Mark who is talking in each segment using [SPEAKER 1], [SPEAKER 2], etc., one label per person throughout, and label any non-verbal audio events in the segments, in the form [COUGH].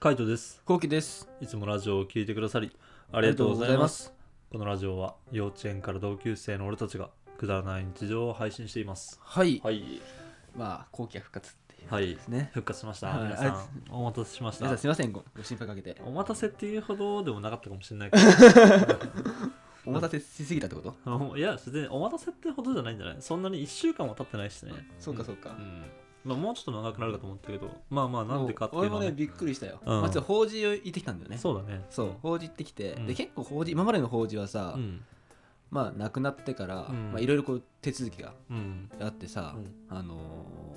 [SPEAKER 1] カイトです。
[SPEAKER 2] こうきです。
[SPEAKER 1] いつもラジオを聞いてくださりあ
[SPEAKER 2] あ
[SPEAKER 1] りがとうございます。
[SPEAKER 2] す。
[SPEAKER 1] このラジオは幼稚園から同級生の俺たちがくだらない日常を配信しています。
[SPEAKER 2] はい。
[SPEAKER 1] はい。
[SPEAKER 2] まあ、後期は復活っていうこ
[SPEAKER 1] は
[SPEAKER 2] と
[SPEAKER 1] い
[SPEAKER 2] ですね。
[SPEAKER 1] 復活しました。
[SPEAKER 2] はい
[SPEAKER 1] 皆さん、お待たせしまし
[SPEAKER 2] 皆さん
[SPEAKER 1] た。
[SPEAKER 2] すいませんご、ご心配かけて。
[SPEAKER 1] お待たせっていうほどでもなかったかもしれない
[SPEAKER 2] [LAUGHS]
[SPEAKER 1] けど
[SPEAKER 2] お待たせしすぎたってこと、
[SPEAKER 1] あのいや、全然お待たせってほどじゃないんじゃないそんなに1週間も経ってないしね。
[SPEAKER 2] そうかそうか。
[SPEAKER 1] うん。まあ、もうちょっと長くなるかと思ったけど、まあまあ、なんでかっていう
[SPEAKER 2] 俺
[SPEAKER 1] の
[SPEAKER 2] も
[SPEAKER 1] は、
[SPEAKER 2] ね、
[SPEAKER 1] ね。
[SPEAKER 2] びっくりしたよ。
[SPEAKER 1] うん
[SPEAKER 2] まあちょっと法事を行ってきたんだよね。
[SPEAKER 1] そうだね。
[SPEAKER 2] そう。法事行ってきて、
[SPEAKER 1] うん
[SPEAKER 2] で、結構法事、今までの法事はさ、
[SPEAKER 1] うん。
[SPEAKER 2] まあ、亡くなってから、
[SPEAKER 1] うん
[SPEAKER 2] まあ、いろいろこう、手続きが
[SPEAKER 1] うん。
[SPEAKER 2] あってさ、
[SPEAKER 1] うん
[SPEAKER 2] あのー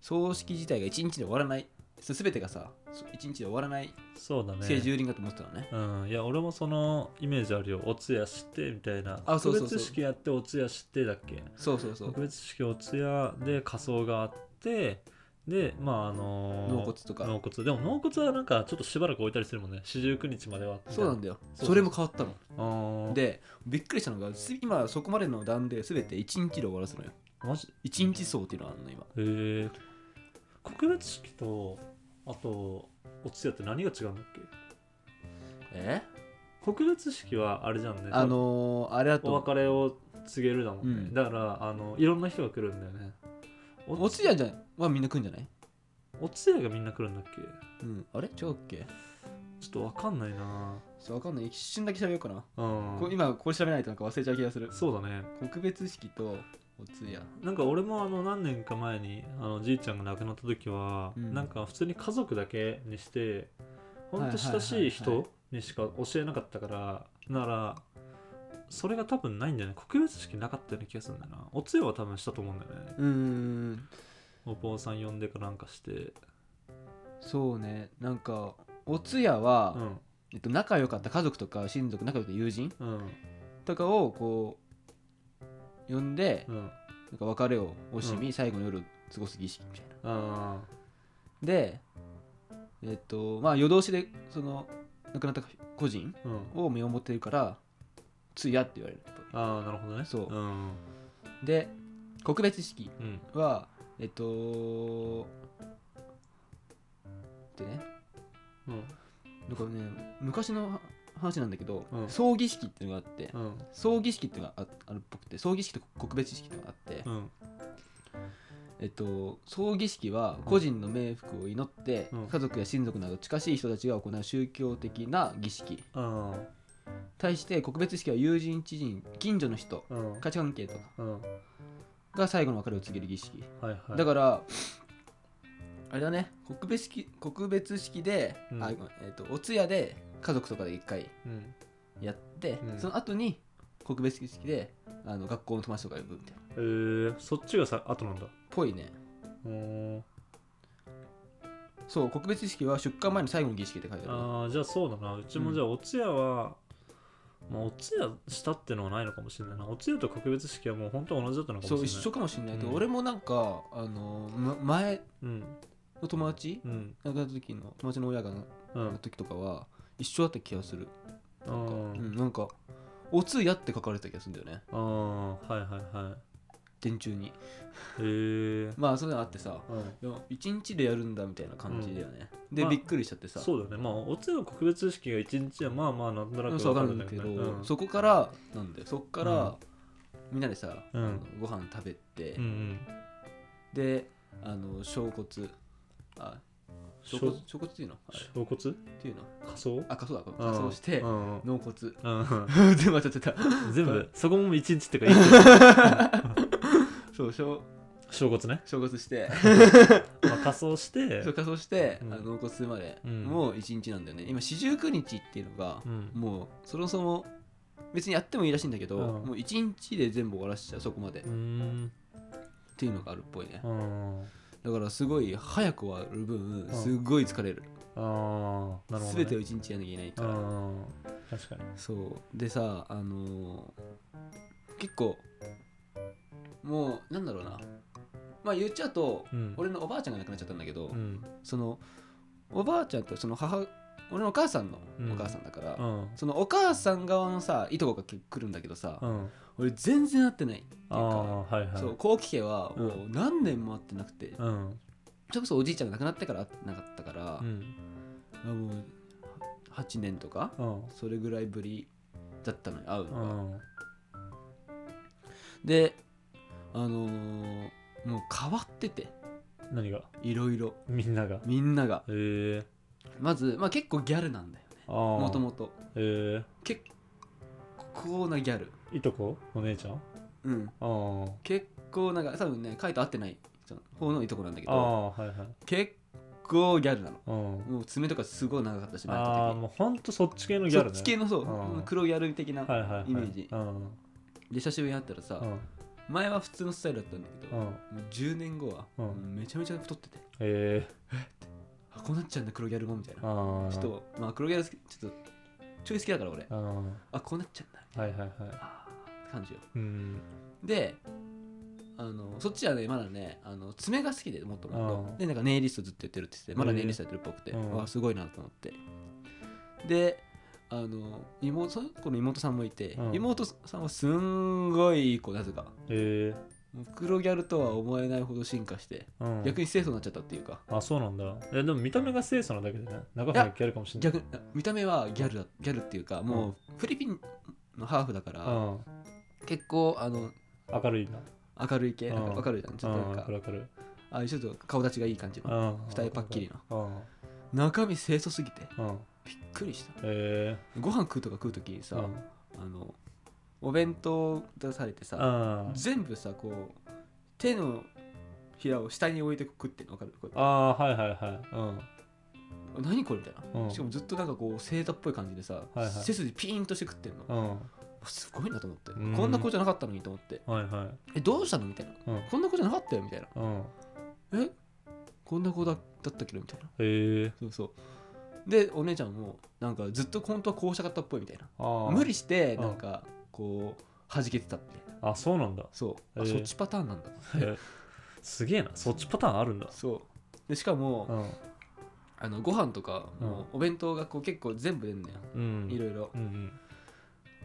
[SPEAKER 2] 葬式自体が一日で終わらない、すべてがさ、一日で終わらない、
[SPEAKER 1] そうだね。
[SPEAKER 2] 聖蹂躙だと思ってたのね。
[SPEAKER 1] うん、いや俺もそのイメージあるよお通夜してみたいな
[SPEAKER 2] あそうそうそう
[SPEAKER 1] 特別式やってお通夜してだっけ
[SPEAKER 2] そうそうそう
[SPEAKER 1] 特。別式お通夜で仮装があってでまああのー
[SPEAKER 2] 納骨とか
[SPEAKER 1] 納骨でも納骨はなんかちょっとしばらく置いたりするもんね四十九日までは
[SPEAKER 2] そうなん
[SPEAKER 1] だ
[SPEAKER 2] だよ。
[SPEAKER 1] そうそう
[SPEAKER 2] それも変わったの。
[SPEAKER 1] で
[SPEAKER 2] でびっくりしたのがす今そこまでの段で全て1日で終わらすのよ
[SPEAKER 1] マジへ
[SPEAKER 2] 1日葬っていうのがあるの今
[SPEAKER 1] え告別式とあとお通夜って何が違うんだっけ
[SPEAKER 2] え
[SPEAKER 1] 告別式はあれじゃんね
[SPEAKER 2] あのー、あれだ
[SPEAKER 1] お
[SPEAKER 2] と
[SPEAKER 1] 別れを告げるだもんね、
[SPEAKER 2] うん
[SPEAKER 1] だからあのいろんな人が来るんだよね
[SPEAKER 2] お通夜じゃはみんな来るんじゃない、
[SPEAKER 1] お通夜がみんな来るんだっけ
[SPEAKER 2] うん、あれ違うっけ
[SPEAKER 1] ちょっとわかんないな
[SPEAKER 2] そうわかんない一瞬だけ喋ようかな、
[SPEAKER 1] うん
[SPEAKER 2] こう今これ調べないとなんか忘れちゃう気がする
[SPEAKER 1] そうだね
[SPEAKER 2] 告別式とお通夜
[SPEAKER 1] なんか俺もあの何年か前にあのじいちゃんが亡くなった時は、
[SPEAKER 2] うん
[SPEAKER 1] なんか普通に家族だけにしてほんと親
[SPEAKER 2] はいはいはいは
[SPEAKER 1] しい
[SPEAKER 2] い
[SPEAKER 1] 人にしか教えなかったからならそれが多分ないんだよね告別式なかったような気がするんだよなお通夜は多分したと思うんだよね
[SPEAKER 2] うーん
[SPEAKER 1] お坊さん呼んでかなんかして
[SPEAKER 2] そうねなんかお通夜
[SPEAKER 1] う
[SPEAKER 2] は、
[SPEAKER 1] ん
[SPEAKER 2] えっと、仲良かった家族とか親族仲良かった友人
[SPEAKER 1] うん
[SPEAKER 2] とかをこう呼んで、
[SPEAKER 1] うん
[SPEAKER 2] なんか別れを惜しみ、最後の夜を過ごす儀式みたいな
[SPEAKER 1] あ
[SPEAKER 2] でえっとまあ夜通しでその亡くなった個人
[SPEAKER 1] ーうん
[SPEAKER 2] を身をもってるから通夜って言われる
[SPEAKER 1] あーなるほどね
[SPEAKER 2] そう
[SPEAKER 1] うん
[SPEAKER 2] で告別式
[SPEAKER 1] うん
[SPEAKER 2] はえっとでね
[SPEAKER 1] うん
[SPEAKER 2] なんかね昔の話なんだけど、
[SPEAKER 1] うん
[SPEAKER 2] 葬儀式っていうのがあって
[SPEAKER 1] うん
[SPEAKER 2] 葬儀式っていうのがああるっぽくて葬儀式と告別式っていうのがあって、
[SPEAKER 1] うん
[SPEAKER 2] えっと、葬儀式は個人の冥福を祈って、
[SPEAKER 1] うん
[SPEAKER 2] 家族や親族など近しい人たちが行う宗教的な儀式
[SPEAKER 1] うん
[SPEAKER 2] 対して告別式は友人知人近所の人
[SPEAKER 1] うん
[SPEAKER 2] 価値観系とか
[SPEAKER 1] うん
[SPEAKER 2] が最後の別れを告げる儀式、
[SPEAKER 1] はいはい
[SPEAKER 2] だから、あれだね告別式告別式で、
[SPEAKER 1] うん
[SPEAKER 2] あごめんえっと、お通夜で家族とかで一回
[SPEAKER 1] うん
[SPEAKER 2] やって、
[SPEAKER 1] うん
[SPEAKER 2] その後に告別式であの学校の友達とか呼ぶみたいな
[SPEAKER 1] えー、そっちがさ後なんだ
[SPEAKER 2] ぽいね
[SPEAKER 1] うーん
[SPEAKER 2] そう告別式は出荷前の最後の儀式って書いてあるな
[SPEAKER 1] あーじゃあそうだなうちも
[SPEAKER 2] うん
[SPEAKER 1] じゃあお通夜は、まあ、お通夜したってのはないのかもしれないなお通夜と告別式はもう本当は同じだったのかもし
[SPEAKER 2] そ
[SPEAKER 1] れな
[SPEAKER 2] う
[SPEAKER 1] い
[SPEAKER 2] 一緒かもしれないけど、
[SPEAKER 1] うん
[SPEAKER 2] 俺もなんかあのま前
[SPEAKER 1] うん
[SPEAKER 2] の友達
[SPEAKER 1] うん
[SPEAKER 2] 亡くなった時の友達の親が亡
[SPEAKER 1] う
[SPEAKER 2] くな
[SPEAKER 1] ん
[SPEAKER 2] った時とかは一緒だった気がする
[SPEAKER 1] う
[SPEAKER 2] なんか,、うんん、なんかお通夜って書かれてた気がするんだよね
[SPEAKER 1] あーはいはいはい
[SPEAKER 2] 電柱に
[SPEAKER 1] へえー
[SPEAKER 2] まあそういうのあってさ
[SPEAKER 1] うん、
[SPEAKER 2] いや一日でやるんだみたいな感じだよね、で、
[SPEAKER 1] まあ
[SPEAKER 2] びっくりしちゃってさ
[SPEAKER 1] そうだよねまあお通夜の告別式が一日はまあまあなんとな
[SPEAKER 2] うん
[SPEAKER 1] く
[SPEAKER 2] そう
[SPEAKER 1] わ
[SPEAKER 2] わ
[SPEAKER 1] か
[SPEAKER 2] かる
[SPEAKER 1] るん
[SPEAKER 2] んだ
[SPEAKER 1] だ
[SPEAKER 2] け
[SPEAKER 1] け
[SPEAKER 2] ど、
[SPEAKER 1] ど、うん、
[SPEAKER 2] そこからなんだよそこから、
[SPEAKER 1] うん
[SPEAKER 2] みんなでさ、
[SPEAKER 1] うん
[SPEAKER 2] あのご飯食べて、
[SPEAKER 1] うんうん
[SPEAKER 2] であの小骨あ小骨小骨っていうのあれ
[SPEAKER 1] 小骨
[SPEAKER 2] っていうの
[SPEAKER 1] 仮装
[SPEAKER 2] あ、そうだ、これ仮装して、
[SPEAKER 1] うんうん
[SPEAKER 2] 納骨。 [LAUGHS]
[SPEAKER 1] うんうん
[SPEAKER 2] で、またちょっと、
[SPEAKER 1] 全
[SPEAKER 2] は
[SPEAKER 1] 部
[SPEAKER 2] い
[SPEAKER 1] そこも一日って
[SPEAKER 2] [LAUGHS]
[SPEAKER 1] か
[SPEAKER 2] そう、小
[SPEAKER 1] 小骨ね、
[SPEAKER 2] 正月して、
[SPEAKER 1] まあ、仮装して
[SPEAKER 2] そう仮装して、
[SPEAKER 1] うん
[SPEAKER 2] あの納骨するまで、
[SPEAKER 1] うん
[SPEAKER 2] もう一日なんだよね。今、四十九日っていうのが
[SPEAKER 1] う、ん
[SPEAKER 2] もう、そもそも、別にやってもいいらしいんだけど、
[SPEAKER 1] うん
[SPEAKER 2] もう一日で全部終わらしちゃう、そこまで。
[SPEAKER 1] う
[SPEAKER 2] っ
[SPEAKER 1] ん
[SPEAKER 2] ていうのがあるっぽいね。
[SPEAKER 1] うん
[SPEAKER 2] だから、すごい、早く終わる分、
[SPEAKER 1] ん
[SPEAKER 2] すごい疲れる。
[SPEAKER 1] ああなるほど、ね、
[SPEAKER 2] すべてを一日やんなきゃいけないか
[SPEAKER 1] う
[SPEAKER 2] ら。
[SPEAKER 1] ん確かに
[SPEAKER 2] そうでさあのー結構もうなんだろうなまあ言っちゃうと、
[SPEAKER 1] うん
[SPEAKER 2] 俺のおばあちゃんが亡くなっちゃったんだけど、
[SPEAKER 1] うん
[SPEAKER 2] そのおばあちゃんとその母俺のお母さんの
[SPEAKER 1] うん
[SPEAKER 2] お母さんだから、
[SPEAKER 1] うん
[SPEAKER 2] そのお母さん側のさいとこが来るんだけどさ、
[SPEAKER 1] うん
[SPEAKER 2] 俺全然会ってないっていう
[SPEAKER 1] あ
[SPEAKER 2] か
[SPEAKER 1] あはいはい
[SPEAKER 2] そう後期家は
[SPEAKER 1] うん
[SPEAKER 2] もう何年も会ってなくて、
[SPEAKER 1] うん
[SPEAKER 2] それこそおじいちゃんが亡くなってから会ってなかったから、
[SPEAKER 1] うん
[SPEAKER 2] あもう8年とか
[SPEAKER 1] うん
[SPEAKER 2] それぐらいぶりだったのに会う
[SPEAKER 1] う
[SPEAKER 2] のが、
[SPEAKER 1] ん
[SPEAKER 2] であのーもう変わってて
[SPEAKER 1] 何が [LAUGHS]
[SPEAKER 2] いろいろ
[SPEAKER 1] みんなが
[SPEAKER 2] みんなが
[SPEAKER 1] へえ
[SPEAKER 2] まず、まあ、結構ギャルなんだよね
[SPEAKER 1] ああ
[SPEAKER 2] もともと
[SPEAKER 1] へ
[SPEAKER 2] 結構なギャル
[SPEAKER 1] えいとこお姉ちゃんあ
[SPEAKER 2] うん
[SPEAKER 1] あ
[SPEAKER 2] 結構なんか多分ねカイと会ってないその方のいとこなんだけ
[SPEAKER 1] あ
[SPEAKER 2] ど
[SPEAKER 1] あはいはい
[SPEAKER 2] 結構ギャルなの
[SPEAKER 1] うん
[SPEAKER 2] もう爪とかすごい長かったし前
[SPEAKER 1] ああ
[SPEAKER 2] の
[SPEAKER 1] もうほんとそっち系の
[SPEAKER 2] 時
[SPEAKER 1] ギャル
[SPEAKER 2] そ
[SPEAKER 1] ね
[SPEAKER 2] っち系のそう
[SPEAKER 1] うん
[SPEAKER 2] 黒ギャル的な
[SPEAKER 1] はいはいはい
[SPEAKER 2] イメージ
[SPEAKER 1] うん
[SPEAKER 2] で久しぶりに会ったら
[SPEAKER 1] う
[SPEAKER 2] さ
[SPEAKER 1] ん
[SPEAKER 2] 前は普通のスタイルだったんだけど
[SPEAKER 1] う
[SPEAKER 2] も
[SPEAKER 1] ん
[SPEAKER 2] う10年後は
[SPEAKER 1] うん
[SPEAKER 2] もうめちゃめちゃ太ってて
[SPEAKER 1] へえ
[SPEAKER 2] あこうなっちゃうんだ黒ギャルもみたいな
[SPEAKER 1] ああ
[SPEAKER 2] ちょっとまあ黒ギャル好きちょっとちょい好きだから俺
[SPEAKER 1] うんは
[SPEAKER 2] あこうなっちゃうんだ
[SPEAKER 1] いはいはい
[SPEAKER 2] あーって感じよ
[SPEAKER 1] うん
[SPEAKER 2] であのそっちはねまだねあの爪が好きでもっともっ
[SPEAKER 1] うん
[SPEAKER 2] とでなんかネイリストずっとやってるって言っててまだ
[SPEAKER 1] へえ
[SPEAKER 2] ネイリストやってるっぽくて、
[SPEAKER 1] うん
[SPEAKER 2] わあすごいなと思ってであの妹その子の妹さんもいて、
[SPEAKER 1] うん
[SPEAKER 2] 妹さんはすんごいいい子なぜか
[SPEAKER 1] へえ
[SPEAKER 2] もう黒ギャルとは思えないほど進化して、
[SPEAKER 1] うん
[SPEAKER 2] 逆に清楚になっちゃったっていうか
[SPEAKER 1] あそうなんだえでも見た目が清楚なだけでね中身がギャルかもしれない
[SPEAKER 2] 逆に見た目はギャルだギャルっていうかもうフィリピンのハーフだから、
[SPEAKER 1] うん
[SPEAKER 2] 結構あの
[SPEAKER 1] 明るいな
[SPEAKER 2] 明るい系
[SPEAKER 1] うん
[SPEAKER 2] なんか明るいじゃんちょっとなんか、
[SPEAKER 1] うん明るい
[SPEAKER 2] ああいうちょっと顔立ちがいい感じの
[SPEAKER 1] 明るいうん
[SPEAKER 2] 二重パッキリ
[SPEAKER 1] うん
[SPEAKER 2] 中身清楚すぎて
[SPEAKER 1] うん
[SPEAKER 2] びっくりした
[SPEAKER 1] へえ
[SPEAKER 2] ご飯食うとか食う時にさ、
[SPEAKER 1] うん
[SPEAKER 2] あのお弁当出されてさ、
[SPEAKER 1] あー
[SPEAKER 2] 全部さこう手のひらを下に置いて食ってんの分かるこれ
[SPEAKER 1] あーはいはいはい
[SPEAKER 2] 何これみたいな、
[SPEAKER 1] うん
[SPEAKER 2] しかもずっとなんかこうセーターっぽい感じでさ、
[SPEAKER 1] いはい
[SPEAKER 2] 背筋ピーンとして食ってんの、
[SPEAKER 1] うんうん
[SPEAKER 2] すごいなと思って、
[SPEAKER 1] うん
[SPEAKER 2] こんな子じゃなかったのにと思って
[SPEAKER 1] はいはい
[SPEAKER 2] えどうしたのみたいな、
[SPEAKER 1] うん
[SPEAKER 2] こんな子じゃなかったよみたいな
[SPEAKER 1] うん
[SPEAKER 2] えこんな子だだったけどみたいな
[SPEAKER 1] へえ
[SPEAKER 2] そうそうでお姉ちゃんもなんかずっと本当はこうしたかったっぽいみたいな
[SPEAKER 1] ああ
[SPEAKER 2] 無理して
[SPEAKER 1] うん
[SPEAKER 2] なんかこう弾けてたみたいな
[SPEAKER 1] あそうなんだ
[SPEAKER 2] そう、
[SPEAKER 1] へ
[SPEAKER 2] あ
[SPEAKER 1] え
[SPEAKER 2] そっちパターンなんだ
[SPEAKER 1] へえすげえなそっちパターンあるんだ
[SPEAKER 2] そうでしかも、
[SPEAKER 1] うん
[SPEAKER 2] あのご飯とか、
[SPEAKER 1] うん
[SPEAKER 2] もうお弁当がこう結構全部出んのよ、
[SPEAKER 1] うん
[SPEAKER 2] いろいろ
[SPEAKER 1] うん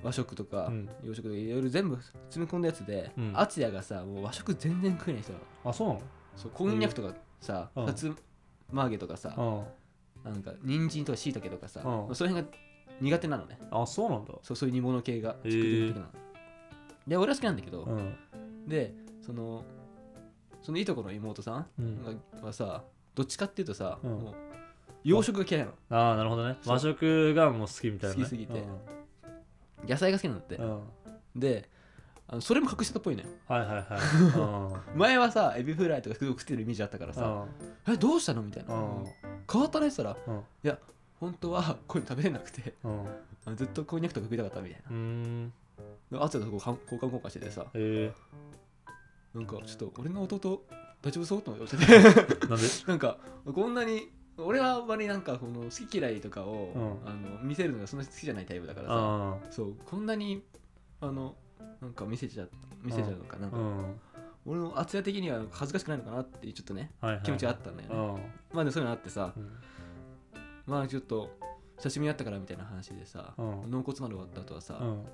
[SPEAKER 2] 和食と
[SPEAKER 1] う
[SPEAKER 2] か、
[SPEAKER 1] ん
[SPEAKER 2] 洋食とかいろいろ全部詰め込んだやつで、
[SPEAKER 1] うん
[SPEAKER 2] 敦也がさもう和食全然食えない人なの
[SPEAKER 1] あそう
[SPEAKER 2] そうこんにゃくとかさ、
[SPEAKER 1] うん
[SPEAKER 2] さつま揚げとかさ
[SPEAKER 1] な、の
[SPEAKER 2] なんか人参とかしいたけとかさ、
[SPEAKER 1] うん
[SPEAKER 2] その辺が苦手なのね
[SPEAKER 1] うんあそうなんだ
[SPEAKER 2] そうそういう煮物系が
[SPEAKER 1] へえ
[SPEAKER 2] 作り的なの、で俺は好きなんだけど、
[SPEAKER 1] うん
[SPEAKER 2] でそのそのいとこの妹さん
[SPEAKER 1] うん
[SPEAKER 2] がはさどっちかっていうとさ、
[SPEAKER 1] うん
[SPEAKER 2] もう洋食が嫌いなの
[SPEAKER 1] ああなるほどね和食がもう好きみたいなね
[SPEAKER 2] 好きすぎて
[SPEAKER 1] うん
[SPEAKER 2] 野菜が好きなんだって、
[SPEAKER 1] うん
[SPEAKER 2] であのそれも隠してたっぽいのよ
[SPEAKER 1] はいはいはいうん
[SPEAKER 2] 前はさエビフライとか食ってるイメージあったからさ
[SPEAKER 1] う
[SPEAKER 2] 「えどうしたの?」みたいな、
[SPEAKER 1] ん
[SPEAKER 2] 変わったねって言ったら
[SPEAKER 1] うん
[SPEAKER 2] 「いや本当はこういうの食べれなくて [LAUGHS]
[SPEAKER 1] うん
[SPEAKER 2] あのずっとこんにゃくとか食いたかった」みたいな
[SPEAKER 1] うん
[SPEAKER 2] であつやとこうかん交換交換しててさ
[SPEAKER 1] え
[SPEAKER 2] なんかちょっと俺の弟大丈夫そうと思って言われて [LAUGHS]
[SPEAKER 1] ー、なんで
[SPEAKER 2] なんかこんなに俺はあんまりなんかこの好き嫌いとかを、
[SPEAKER 1] うん
[SPEAKER 2] あの見せるのがそんなに好きじゃないタイプだからさ
[SPEAKER 1] あ
[SPEAKER 2] そうこんなにあのなんか見せちゃ見せちゃうのかな、
[SPEAKER 1] あうん
[SPEAKER 2] 俺の厚や的にはなんか恥ずかしくないのかなっていうちょっとね
[SPEAKER 1] はいはい
[SPEAKER 2] 気持ちがあったんだよね、まあでもそういうのあってさ
[SPEAKER 1] うん
[SPEAKER 2] まあちょっと久しぶりに会ったからみたいな話でさ、
[SPEAKER 1] うん
[SPEAKER 2] 納骨まで終わった後はさ、
[SPEAKER 1] うん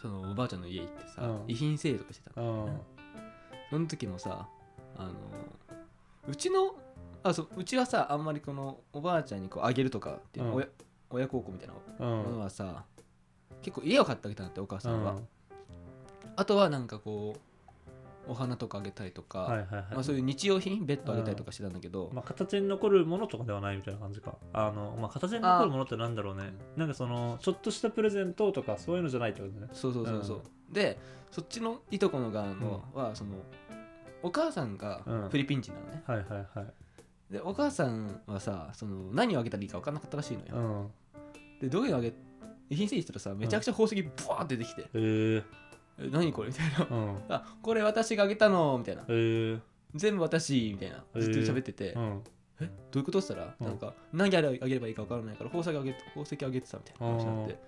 [SPEAKER 2] そのおばあちゃんの家行ってさ、
[SPEAKER 1] うん
[SPEAKER 2] 遺品整理とかしてた
[SPEAKER 1] う
[SPEAKER 2] の、
[SPEAKER 1] んうん
[SPEAKER 2] その時もさあのうちのあそううちはさあんまりこのおばあちゃんにこうあげるとかっていう、
[SPEAKER 1] うん
[SPEAKER 2] 親親孝行みたいな
[SPEAKER 1] う
[SPEAKER 2] もの
[SPEAKER 1] ん
[SPEAKER 2] はさ、結構家を買ってあげたんだってお母さんは、あとはなんかこうお花とかあげたりとか、
[SPEAKER 1] はいはいはい
[SPEAKER 2] まあ、そういう日用品ベッドあげたりとかしてたんだけど、
[SPEAKER 1] まあ、形に残るものとかではないみたいな感じかあの、まあ、形に残るものってなんだろうねなんかそのちょっとしたプレゼントとかそういうのじゃないってことね
[SPEAKER 2] そうそうそうそう、でそっちのいとこの側のはそのお母さんが
[SPEAKER 1] うん
[SPEAKER 2] フィリピン人なのね、
[SPEAKER 1] はいはいはい
[SPEAKER 2] でお母さんはさその何をあげたらいいか分かんなかったらしいの
[SPEAKER 1] う
[SPEAKER 2] よ、
[SPEAKER 1] ん
[SPEAKER 2] でどういうのあげ遺品整理したらさめちゃくちゃ宝石ブワーって出てきて
[SPEAKER 1] えー、
[SPEAKER 2] 「え何これ?」みたい
[SPEAKER 1] [LAUGHS]
[SPEAKER 2] な
[SPEAKER 1] うん
[SPEAKER 2] 「あこれ私があげたの」みたいな
[SPEAKER 1] えー、
[SPEAKER 2] 「全部私」みたいなずっと喋ってて「
[SPEAKER 1] うん
[SPEAKER 2] えどういうこと?」って言ったら、
[SPEAKER 1] うん
[SPEAKER 2] なんか何あげればいいか分からないから宝石あげ宝石あげてたみたいな話になって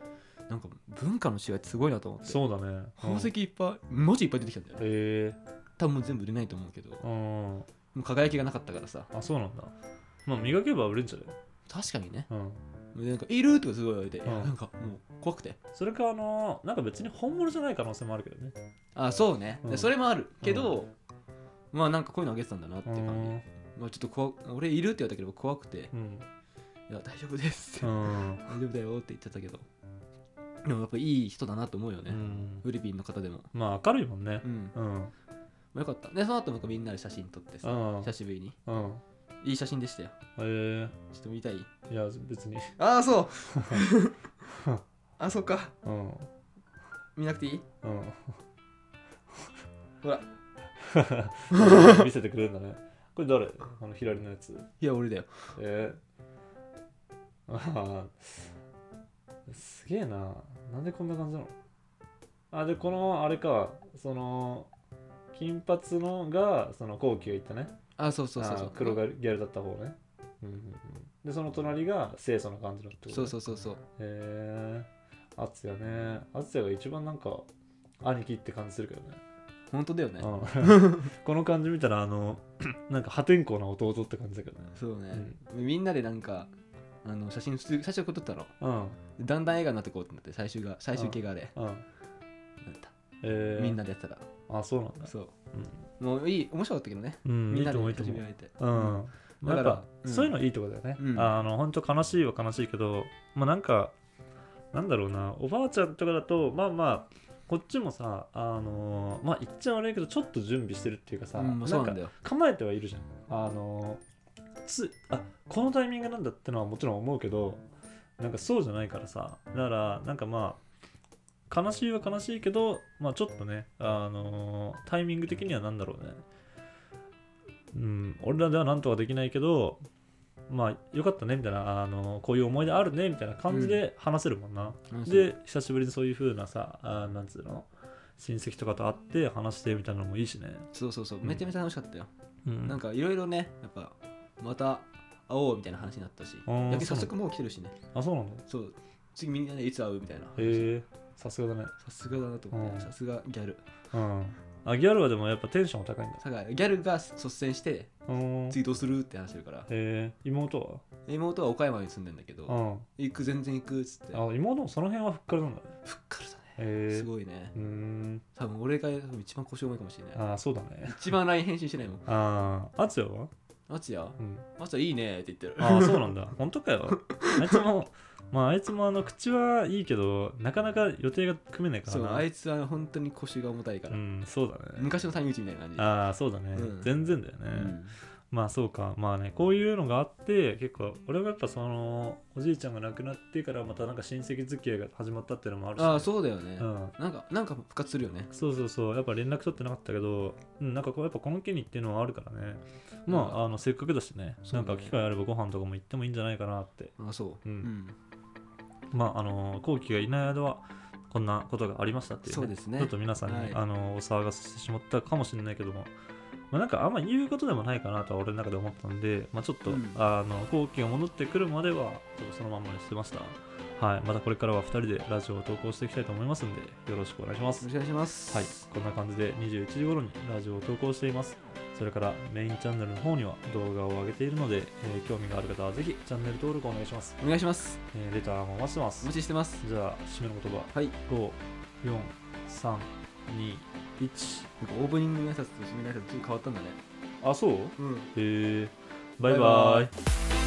[SPEAKER 2] なんか文化の違いってすごいなと思って
[SPEAKER 1] そうだねうん
[SPEAKER 2] 宝石いっぱい文字いっぱい出てきたんだよね
[SPEAKER 1] え
[SPEAKER 2] 多分もう全部売れないと思うけど
[SPEAKER 1] ー、うん
[SPEAKER 2] もう輝きがなかったからさ
[SPEAKER 1] あそうなんだまあ磨けば売れんじゃね
[SPEAKER 2] 確かにね
[SPEAKER 1] うん
[SPEAKER 2] でなんかいるとかすごい言われて、いや
[SPEAKER 1] うん
[SPEAKER 2] なんかもう怖くて
[SPEAKER 1] それかあのなんか別に本物じゃない可能性もあるけどね
[SPEAKER 2] あそうね、
[SPEAKER 1] うん
[SPEAKER 2] でそれもあるけど、まあなんかこういうのあげてたんだなっていう感じ、
[SPEAKER 1] うん
[SPEAKER 2] まあちょっと怖俺いるって言われたけど怖くて
[SPEAKER 1] うん
[SPEAKER 2] いや大丈夫ですって、
[SPEAKER 1] うん
[SPEAKER 2] 大丈夫だよって言ってたけどでもやっぱいい人だなと思うよね、
[SPEAKER 1] うん
[SPEAKER 2] フィリピンの方でも
[SPEAKER 1] まあ明るいもんね
[SPEAKER 2] うん
[SPEAKER 1] うん
[SPEAKER 2] よかったでその後僕みんなで写真撮って
[SPEAKER 1] う
[SPEAKER 2] さ
[SPEAKER 1] ん
[SPEAKER 2] 久しぶりに
[SPEAKER 1] うん
[SPEAKER 2] いい写真でしたよ
[SPEAKER 1] え
[SPEAKER 2] ちょっと見たい
[SPEAKER 1] ー、いや別に
[SPEAKER 2] ああそう
[SPEAKER 1] [LAUGHS]
[SPEAKER 2] あそっか
[SPEAKER 1] うんうん
[SPEAKER 2] 見なくていい [LAUGHS] ほら
[SPEAKER 1] [LAUGHS] 見せてくれるんだねこれ誰あの左のやつ
[SPEAKER 2] いや俺だよ
[SPEAKER 1] えー、あーすげえななんでこんな感じなのあでこのあれかその金髪のがその後期が言ったね
[SPEAKER 2] あそうそうそうそ
[SPEAKER 1] あー
[SPEAKER 2] う
[SPEAKER 1] 黒がギャルだった方ね、うんうんうん、でその隣が清楚な感じのってこと
[SPEAKER 2] そうそううそうそう
[SPEAKER 1] へえー、敦也ね敦也が一番なんか兄貴って感じするけどね
[SPEAKER 2] 本当だよね
[SPEAKER 1] うん [LAUGHS] この感じ見たらあのなんか破天荒な弟って感じだけどね
[SPEAKER 2] そうね、みんなでなんかあの写真普通最初こう撮ったろ
[SPEAKER 1] うん
[SPEAKER 2] だんだん映画になってこうってなって最終が最終形があれ、
[SPEAKER 1] うん
[SPEAKER 2] なんだ
[SPEAKER 1] えー、
[SPEAKER 2] みんなでやってたら
[SPEAKER 1] あそうなんだ
[SPEAKER 2] そ
[SPEAKER 1] うん
[SPEAKER 2] うもういい面白かったけどね、
[SPEAKER 1] うん、
[SPEAKER 2] み
[SPEAKER 1] い
[SPEAKER 2] ん
[SPEAKER 1] い
[SPEAKER 2] な
[SPEAKER 1] と
[SPEAKER 2] で
[SPEAKER 1] 思ういいと
[SPEAKER 2] 始
[SPEAKER 1] 思
[SPEAKER 2] め
[SPEAKER 1] う
[SPEAKER 2] られて
[SPEAKER 1] うん
[SPEAKER 2] うん
[SPEAKER 1] やっ
[SPEAKER 2] だから
[SPEAKER 1] ぱ、
[SPEAKER 2] うん
[SPEAKER 1] そういうのいいとこだよね、
[SPEAKER 2] うん
[SPEAKER 1] あの本当悲しいは悲しいけどまあなんかなんだろうなおばあちゃんとかだとまあまあこっちもさあのまあ言っちゃ悪いけどちょっと準備してるっていうかさ、
[SPEAKER 2] うんまあ、
[SPEAKER 1] な
[SPEAKER 2] そ
[SPEAKER 1] ん
[SPEAKER 2] うな
[SPEAKER 1] か
[SPEAKER 2] んだよ
[SPEAKER 1] 構えてはいるじゃんあのつあこのタイミングなんだってのはもちろん思うけどなんかそうじゃないからさだからなんかまあ悲しいは悲しいけどまあちょっとねあのタイミング的にはなんだろうねうん俺らではなんとかできないけどまあよかったねみたいなあのこういう思い出あるねみたいな感じで話せるもんな、
[SPEAKER 2] うんそう
[SPEAKER 1] で久しぶりにそういう風なさあなんつうの親戚とかと会って話してみたいなのもいいしね、
[SPEAKER 2] そうそうそう
[SPEAKER 1] うん
[SPEAKER 2] めちゃめちゃ楽しかったよ、
[SPEAKER 1] うん、
[SPEAKER 2] なんかいろいろねやっぱまた会おうみたいな話になったし
[SPEAKER 1] あー
[SPEAKER 2] 逆に
[SPEAKER 1] そ
[SPEAKER 2] 早
[SPEAKER 1] う
[SPEAKER 2] 速もう来てるしね
[SPEAKER 1] あそうなんだ
[SPEAKER 2] そう次みんなでいつ会うみたいな話
[SPEAKER 1] へえさすがだね
[SPEAKER 2] さすがだなと思って
[SPEAKER 1] うん
[SPEAKER 2] さすがギャル
[SPEAKER 1] うんあギャルはでもやっぱテンションが高いんだ
[SPEAKER 2] さがギャルが率先して
[SPEAKER 1] うんへ
[SPEAKER 2] 次どうするって話してるから
[SPEAKER 1] え妹
[SPEAKER 2] 妹は岡山に住んでんだけど
[SPEAKER 1] は
[SPEAKER 2] 行く全然行くっつって
[SPEAKER 1] うんあ妹もその辺はふっかるなんだね
[SPEAKER 2] ふっかるだね
[SPEAKER 1] へえ
[SPEAKER 2] すごいね
[SPEAKER 1] うーん
[SPEAKER 2] 多分俺が多分一番腰重いかもしれない
[SPEAKER 1] あそうだね
[SPEAKER 2] 一番 LINE 返信してないもん
[SPEAKER 1] ああつやは
[SPEAKER 2] あつや
[SPEAKER 1] うん
[SPEAKER 2] あつやいいねって言ってる
[SPEAKER 1] ああそうなんだ本当かよあいつもまああいつもあの口はいいけどなかなか予定が組めないから
[SPEAKER 2] そう
[SPEAKER 1] な
[SPEAKER 2] あいつは本当に腰が重たいから
[SPEAKER 1] うんそうだね
[SPEAKER 2] 昔の谷口みたいな感じ
[SPEAKER 1] ああそうだね
[SPEAKER 2] うん
[SPEAKER 1] 全然だよね
[SPEAKER 2] うん
[SPEAKER 1] まあそうかまあねこういうのがあって結構俺はやっぱそのおじいちゃんが亡くなってからまたなんか親戚付き合いが始まったっていうのもあるしね、
[SPEAKER 2] ああそうだよね
[SPEAKER 1] うん、
[SPEAKER 2] なんかなんか復活するよね
[SPEAKER 1] そうそうそうやっぱ連絡取ってなかったけど、うん、なんかこうやっぱこの機にっていうのはあるからねまあ,、
[SPEAKER 2] うん
[SPEAKER 1] あのせっかくだしね
[SPEAKER 2] そう
[SPEAKER 1] な
[SPEAKER 2] ね
[SPEAKER 1] んか機会あればご飯とかも行ってもいいんじゃないかなって
[SPEAKER 2] あそ
[SPEAKER 1] う
[SPEAKER 2] ううんん
[SPEAKER 1] まああの後期がいない間はこんなことがありましたっていう、
[SPEAKER 2] そうですね
[SPEAKER 1] ちょっと皆さんに、
[SPEAKER 2] はい
[SPEAKER 1] あのお騒がせしてしまったかもしれないけども、まあ、なんかあんま言うことでもないかなとは俺の中で思ったんで、まあ、ちょっと、
[SPEAKER 2] うん
[SPEAKER 1] あの後期が戻ってくるまではちょっとそのまんまにしてましたはいまたこれからは2人でラジオを投稿していきたいと思いますんでよろしくお願いしま
[SPEAKER 2] よ
[SPEAKER 1] す
[SPEAKER 2] ろしくお願いします
[SPEAKER 1] はい、こんな感じで21時頃にラジオを投稿しています。それからメインチャンネルの方には動画を上げているので、えー興味がある方はぜひチャンネル登録お願いします。
[SPEAKER 2] お願いします
[SPEAKER 1] えーレターもお待ちしてま
[SPEAKER 2] お
[SPEAKER 1] す。
[SPEAKER 2] 待ちしてます
[SPEAKER 1] じゃあ、締めの言葉、
[SPEAKER 2] はい
[SPEAKER 1] 5、4、3、2、1。
[SPEAKER 2] なんかオープニングの挨拶と締めの挨拶ちょっと変わったんだね
[SPEAKER 1] あ、そう
[SPEAKER 2] うん
[SPEAKER 1] へえバイバイ。
[SPEAKER 2] バイバイ